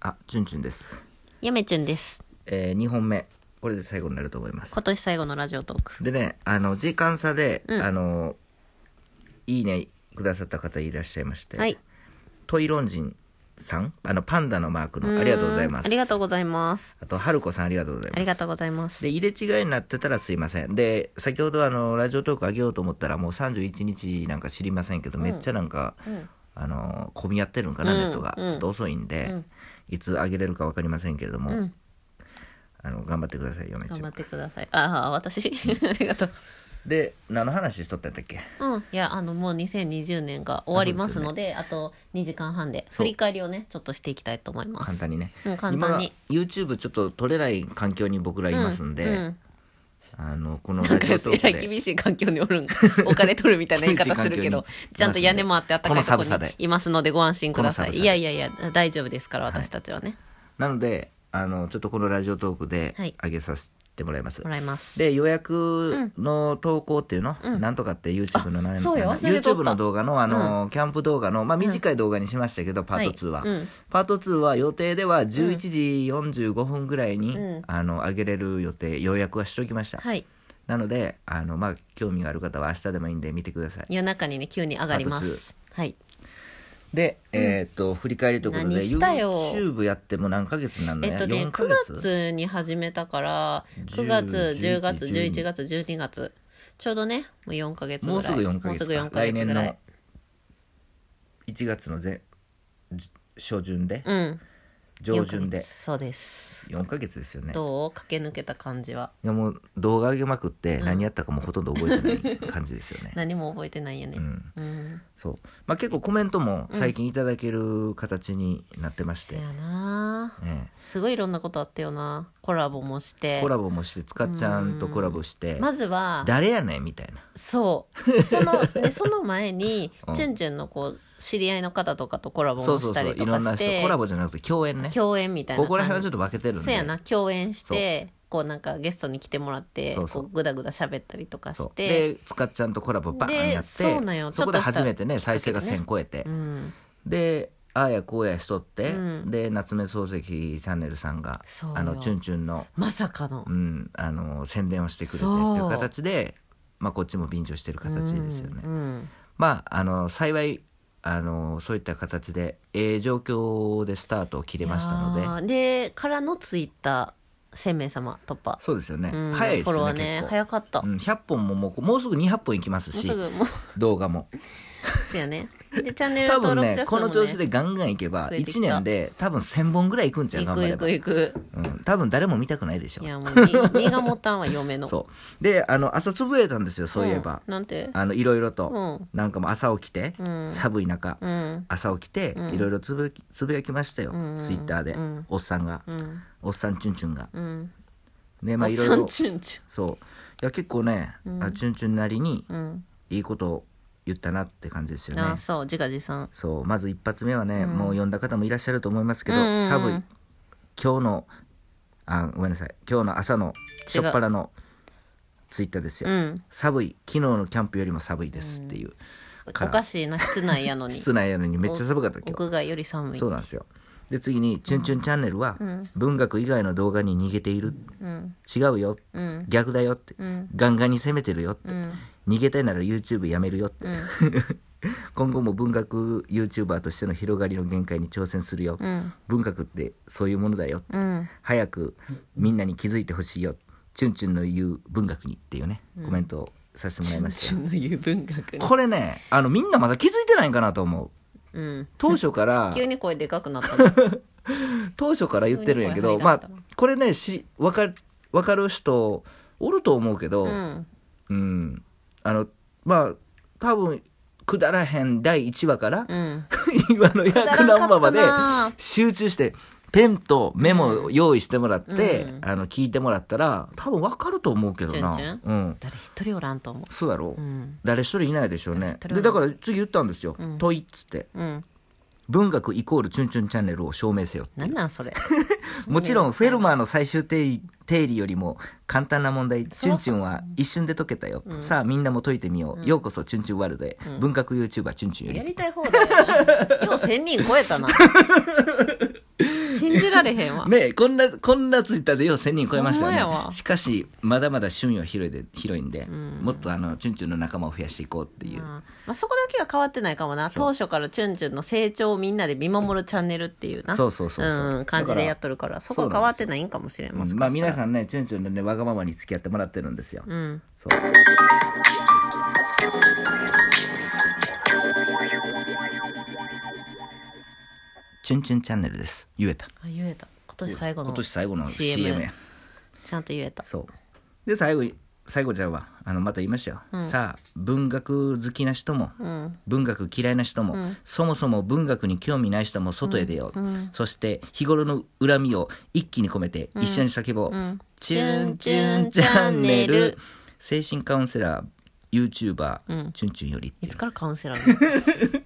あ、じゅんじゅんです。やめちゅんです。えー、2本目。これで最後になると思います今。年最後のラジオトーク。でね、あの、時間差で、うんあの、いいねくださった方いらっしゃいまして、はい。トイロン人さん、あの、パンダのマークの、ありがとうございます。ありがとう。うございます。あと、はるこさんありがとうございます。ありがとうございます。で、入れ違いになってたらすいません。で、先ほどあの、ラジオトークあげようと思ったら、もう31日なんか知りませんけど、めっちゃなんか、うんあの、混み合ってるんかな、うんネットが。うんちょっと遅いんで、うんいつあげれるかわかりませんけれども、うんあの、頑張ってください、嫁ち頑張ゃっん。てください。ああ、私 ありがとう。で、何の話しとったんだっけうん。いや、あの、もう2020年が終わりますので、あと2時間半で、そう振り返りをね、ちょっとしていきたいと思いま簡す。単にね。うん簡単に今、YouTube ちょっと撮れない環境に僕らいますんで、ううんあの、このなラんか、ジオトーえクらで。い厳しい環境にお るんかお金取るみたいな言い方する厳しい環境にいけどますん、でちゃんと屋根もあって暖かいとこの寒こさでにいますのでご安心くださこの寒い。さでいやいやいや、大丈夫ですから、私たちはね。なので、あの、ちょっとこのラジオトークではい上げさせてもらいます。もらいます。で予約の投稿っていうの、なんとかって YouTube の何そうよ忘れとった YouTube の動画のあの、キャンプ動画のまあ短い動画にしましたけど、パート2は、はいうんパート2は予定では11時45分ぐらいに、うんあの上げれる予定予約はしておきました、はい。なのであのまあ興味がある方は明日でもいいんで見てください夜中にね、急に上がりまパーす。はい。で、えーっと振り返りということで何したよ YouTube やっても何ヶ月になるのえね、っとね、 4ヶ9月月に始めたから、 10 9月、10月、 11 11月、12月、ちょうどね、もう4ヶ月ぐらい。もうすぐ4ヶもう月すかぐ4ヶ来月年ぐらのい。 1月の前じ初旬で、うん。上旬4ヶで月そうです。 4ヶ月ですよねどう駆け抜けた感じは。いやもう動画上げまくって何やったかもうほとんど覚えてない感じですよね何も覚えて ないよね。うんうん。そう、まあ、結構コメントも最近いただける形になってまして、だよなえすごいいろんなことあったよなコラボもしえてコ。ラボもしてつかっちゃんとコラボしてまずは、誰やねんみたいなそう。その、で、その前に うん、チュンチュンのこう、知り合いの方とかとコラボそうもそうそしたうりいとろかんなし人てコラ、ボじゃなくて共演ね共演みたいなここら辺感はじちょっと分けてるんでそうやな共演してこうなんかゲストに来てもらってそうそうこうグダグダ喋ったりとかそうしてでつかっちゃんとコラボバーンやっでそうなんてよそこでちょっとした初めてね再生がきっかけね1000超えてうんでああやこうやしとって、うんで夏目漱石チャンネルさんがそうよあのチュンチュンの、まさかのうん、あの宣伝をしてくれてってそいうう形で、まあ、こっちも便乗してる形ですよね。うんうんまああの幸いあのそういった形でええ状況でスタートを切れましたいやのでーでからのツイッター1000名様突破そうですよね、うん早いでフォすロよワーねね結構早かったうもん、100本ももうもうすぐ200本いきますうしすぐもう動画もですよねでチャンネル多登分録ね者数こものね調子でガンガンいけば増えてきた1年で多分1000本ぐらいいくんちゃうい頑く張いればく、いくうん、多分誰も見たくないでしょいやもう身身が持たんわ嫁のそうであの朝つぶやいたんですよそういえば、んなんてあのいろいろと、うんなんかもう朝起きて、うん寒い中、うん朝起きて、うんいろいろつぶつぶやきましたよ、うんツイッターで、うんおっさんが、うんおっさんチュンチュンがうんねままああいいろろいいろろチュンチそういや結構ね、あチュンチュンなりにュンうんいいことを言ったなって感じですよねあそう自画自賛そうまず一発目はね、もう読んだ方もいらっしゃると思いますけど、うんうんうん寒い今日のあごめんなさい今日の朝のしょっぱらのツイッターですよ、うん寒い昨日のキャンプよりも寒いですっていう、おからかしいな室内やのに室内やのにめっちゃ寒かった今日屋外より寒いそうなんですよで次に「チュンチュンチャンネル」は文学以外の動画に逃げている、うん違うよ、うん逆だよって、んガンガンに攻めてるよって、うん逃げたいなら YouTube やめるよって、今後も文学 YouTuber としての広がりの限界に挑戦するよ、ん文学ってそういうものだよ、うん早くみんなに気づいてほしいよチュンチュンの言う文学にっていうねコメントをさせてもらいました、の言う文学にこれねあのみんなまだ気づいてないんかなと思ううん当初から急に声でかくなったの当初から言ってるんやけ急どに声まあ入りだしたなこれねし分かる分かる人おると思うけど、うんうん、あのまあ多分くだらへん第1話から、 うん今のだらん役かった何話までな集中してペンとメモを用意してもらって、うんあの聞いてもらったら多分分かると思うけどなチュンうん、誰一人おらんと思そうやろ、ううん誰一人いないでしょうね誰一人でだから次言ったんですよ「問い」っつってうん「文学イコールチュンチュンチャンネルを証明せよ」なんなんそれもちろんフェルマーの最終定定理よりも簡単な問題チュンチュンは一瞬で解けたよ、さあみんなも解いてみよう、ようこそチュンチュンワールドへ、文学 YouTuber チュンチュンよやりりたい方だよなよう1000人超えたな 信られへんわ。ねえこんな、こんなツイッターでよう1000人超えましたほんまやよわね。しかし、まだまだ趣味は広いで、広いんで、んもっとあの、チュンチュンの仲間を増やしていこうっていうう。んまあ、そこだけは変わってないかもな当初からチュンチュンの成長をみんなで見守るチャンネルっていうな、そうそうそうそうん感じでやっとるからそこは変わってないんかもしれんうもしんかまあしたら皆さんね、チュンチュンのね、わがままに付き合ってもらってるんですよ。うんそう。チュンチュンチャンネルです。言えた。あ言えた今年最後の今年最後の CM CM や。ちゃんと言えたそう。で、最後に、最後じゃあは、あの、また言いましたよ。さあ、文学好きな人も、うん文学嫌いな人も、そもそも文学に興味ない人も外へ出よう、そして日頃の恨みを一気に込めて一緒に叫ぼう「んチュンチュンチャンネル」精神カウンセラー YouTuber、チュンチュンよりっていいうつからカウンセラーなの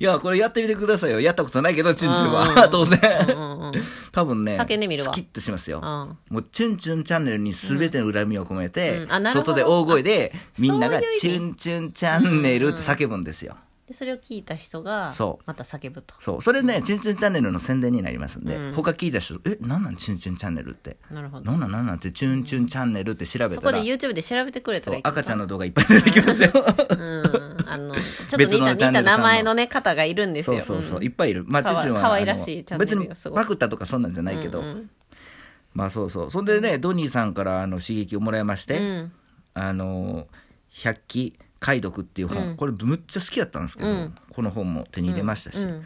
いやこれやってみてくださいよやったことないけどチュンチュンうんうんうはん当然うんうん 多分ね叫んでみるわスキッとしますようんもうチュンチュンチャンネルに全ての恨みを込めて、うんあなるほど外で大声でみんながそういう「チ意味ュンチュンチャンネル」って叫ぶんですよ、でそれを聞いた人がそうまた叫ぶとそう。それね、チュンチュンチャンネルの宣伝になりますんで、うん他聞いた人、え、なんなんチュンチュンチャンネルって。なるほどなんなんなんなんって、チュンチュンチャンネルって調べたら、そこで YouTube で調べてくれたそらういい赤ちゃんのの動画いっぱい出てきますよ。うんあ のちょっと似別のたチャンネルさんの似た名前のね方がいるんですそようそうそう、んいっぱいいる。まあ、チュかンわチュンは。かわいあのらしいチャンネ別ルよにすごいパクったとかそんなんじゃないけど、うんうんまあそうそう。そんでね、ドニーさんからあの刺激をもらいまして、うんあの百鬼解読っていう本、うんこれむっちゃ好きだったんですけど、うんこの本も手に入れましたし、うん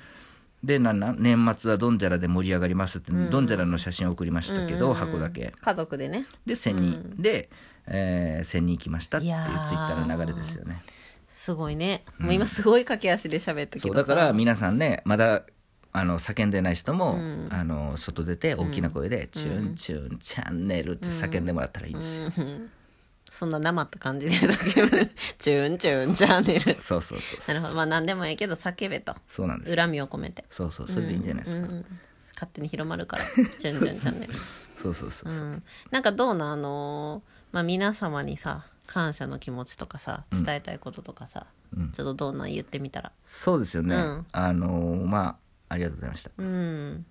でなんなん年末はドンジャラで盛り上がりますって、んドンジャラの写真を送りましたけど、うんうんうん箱だけ家族でねで1000人、で、えー、1000人行きましたっていういやーツイッターの流れですよねすごいねもう今すごい駆け足で喋ったけそうどださから皆さんねまだあの叫んでない人も、うんあの外出て大きな声で「チュンチュンチャンネル」って叫んでもらったらいいんですよ、うんそんな生って感じで叫ぶ チュンチュンチャンネルそうそうそうなるほどまあ何でもいいけど叫べとそうなんですよ恨みを込めてそうそうそれでいいんじゃないですか、うんうん勝手に広ま るからチュンチュンチャンネルそうそうそうう、んなんかどうなんあのーまあ、皆様にさ感謝の気持ちとかさ伝えたいこととかさ、うんちょっとどうなん言ってみたらそうですよね、うんあのーまあありがとうございました、うん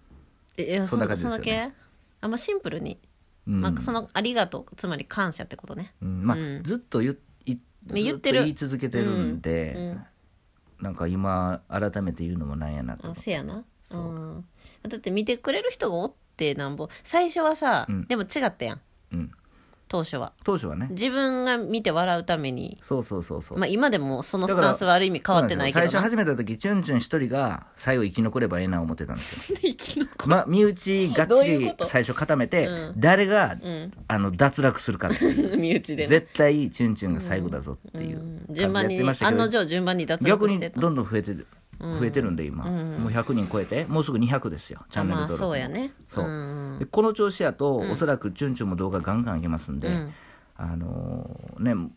えいやそんな感じですよだねけあんまシンプルに、うんまあ、そのありがとうつまり感謝ってことねうんまあ、うんずっと言っいずっと言ってる言い続けてるんで、うんうんなんか今改めて言うのもなんやなとあ思ってせやなそううん、だって見てくれる人がおってなんぼ最初はさ、うんでも違ったやんうん、当初は当初はね自分が見て笑うためにそうそうそうそう、まあ今でもそのスタンスはある意味変わってないけどそうなんですよ最初始めた時チュンチュン一人が最後生き残ればええな思ってたん ですよまあ身内がっどうちいうりこと最初固めて、うん誰が、んあの脱落するかっていう身内 でね絶対チュンチュンが最後だぞっていううん感じでや順番ってにました案けど、の定順番に脱逆落にしてたどんどん増えてる増えてるんで今、もう100人超えてもうすぐ200ですよチャあンネルまあ登録もそうやねそううんうんでこの調子やと、おそらくチュンチュンも動画ガンガン上げますんで、あのーね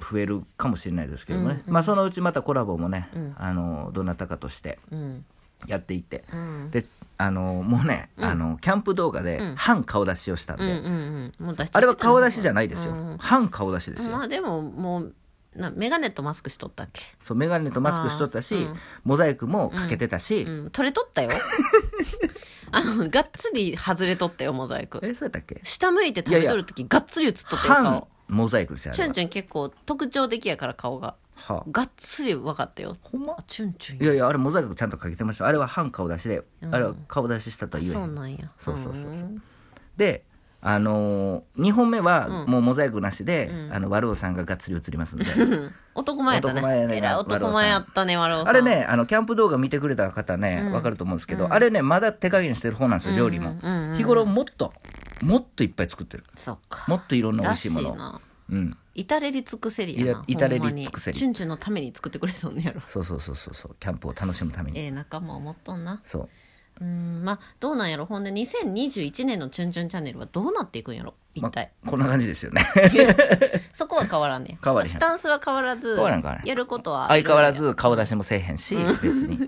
増えるかもしれないですけどもね、まあそのうちまたコラボもね、あのーどなたかとしてうんやっていって、うんであのーもうね、あのーキャンプ動画で半顔出しをしたんで、うんうんうんもう出しちゃってたあれは顔出しじゃないですよ、うん半顔出しですよ、まあでももうなメガネとマスクしとったっけ、そうメガネとマスクしとったし、あーうんモザイクもかけてたし、うん、取れと ったよあのがっつり外れとったよモザイクえそうやったっけ下向いて食べとる時がっつり映っとったよ半顔モザイクですよあチれュンはチュン結構特徴的やから顔がはあがっつり分かったよほんまあチュンチュンいややいやあれモザイクちゃんとかけてましたあれは半顔出しで、うんあれは顔出ししたとは言えへそうんなんやそうそうそうそうんであのー、2本目はうんもうモザイクなしで、うんあのワルオさんががっつり映りますんで男前やったね男前やねえらい男前やったねわろうさんあれねあのキャンプ動画見てくれた方ね、うんわかると思うんですけど、あれねまだ手加減してる方なんですよ料理も、うんうんうん日頃もっともっといっぱい作ってるそっかもっといろんな美ら味ししいもいのなうん至れり尽くせりやないや至れりほんまに尽くせりチュンチュンのために作ってくれとんねやろそうそうそうそうそうキャンプを楽しむために、ええ仲間を持っとんなそううんまあどうなんやろほんで2021年の「チュンチュンチャンネル」はどうなっていくんやろ一体、まあこんな感じですよねそこは変わらんね変わらへんスタンスは変わらず変わらん変わらんやることは相変わらず顔出しもせえへんし別 に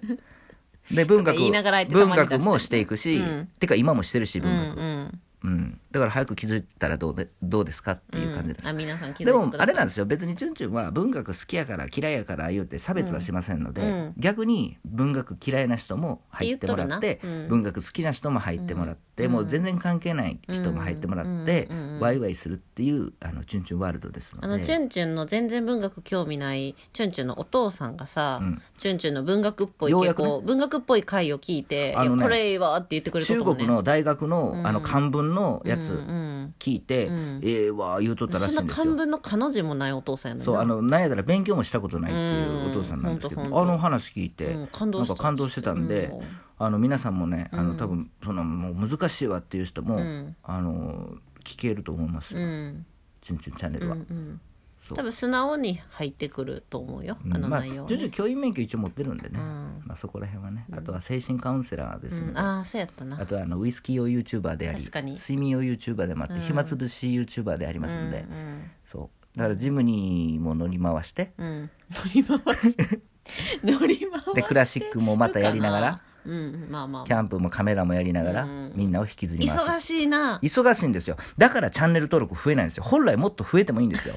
で文とか学言いながらやってたま文に出して学もしていくし、うんてか今もしてるしうん文学、うんうん、だから早く気づいたらどうでどうですかっていう感じです、あ皆さん気づでいもてくださいあれなんですよ別にチュンチュンは文学好きやから嫌いやから言うて差別はしませんので、うんうん逆に文学嫌いな人も入ってもらって言っとるなうん文学好きな人も入ってもらって、もう全然関係ない人も入ってもらって、うんうんうんうんワイワイするっていうあのチュンチュンワールドですのであのチュンチュンの全然文学興味ないチュンチュンのお父さんがさ、うんチュンチュンの文学っぽいよう結やくね構、文学っぽい回を聞いて、あいやのねこれはって言ってくれる中ことも、ね、国の大学の,、うんあの漢文のやうつんうん聞いて、うんええわ言うとったらしいそんんでなす漢よ。文の彼女もないお父さんやのにそうなあのなんやったら勉強もしたことないっていううんお父さんなんですけど、ほんとほんあとの話聞いて、うん感な動んしたか感動してたんで、うんあの皆さんもねあの多分そのもう難しいわっていう人も、うんあの聞けると思いますよ、うんチュンチュンチャンネうルんは。うんそう多分素直に入ってくると思うよ、あのまあ、内徐容は々ね、に教員免許一応持ってるんでね、うんまあ、そこら辺はねあとは精神カウンセラーですので、うんああそうやったなあとはあのウイスキー用 YouTuber であり確かに睡眠用 YouTuber でもあって、うん暇つぶし YouTuber でありますので、うんそうだからジムニーも乗り回してうんうん乗り回して 乗り回してでクラシックもまたやりながらうんまあまあキャンプもカメラもやりながら、うんみんなを引きずり回す忙しいな忙しいんですよだからチャンネル登録増えないんですよ本来もっと増えてもいいん ですよ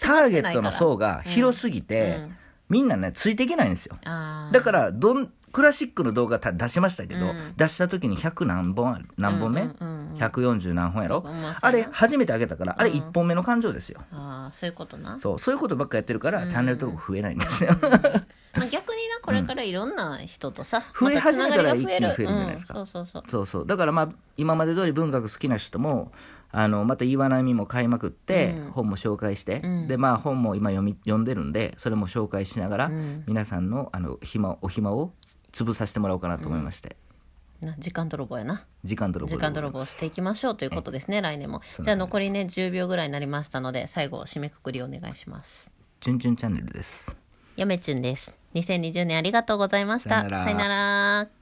ターゲットの層が広すぎて、うんみんなねついていけないんですよあーだからどんクラシックの動画た出しましたけど、うん出した時に100何本ある何本目、うんうんうん140何本やろ、うんまああそうれやな初めて上げたから、あれうん1本目の感情ですよああそういうことな、そうそういうことばっかやってるから、チャンネル登録増えないんですよ、まあ、逆になこれからいろんな人とさ、うん増え始めたらま一気に増えるんじゃないですかうんそうそうそうそうそうだからまあ今まで通り文学好きな人もあのまた岩波も買いまくって、うん本も紹介して、うんでまあ本も今読み読んでるんでそれも紹介しながら、うん皆さんのあの暇お暇を潰させてもらおうかなと思いまして、な時間泥棒やな時間泥棒で時ございます間泥棒をしていきましょうということですね来年もうなんですじゃあ残りね10秒ぐらいになりましたので最後締めくくりお願いしますチュンチュンチャンネルですやめちゅんです2020年ありがとうございましたさよならさよなら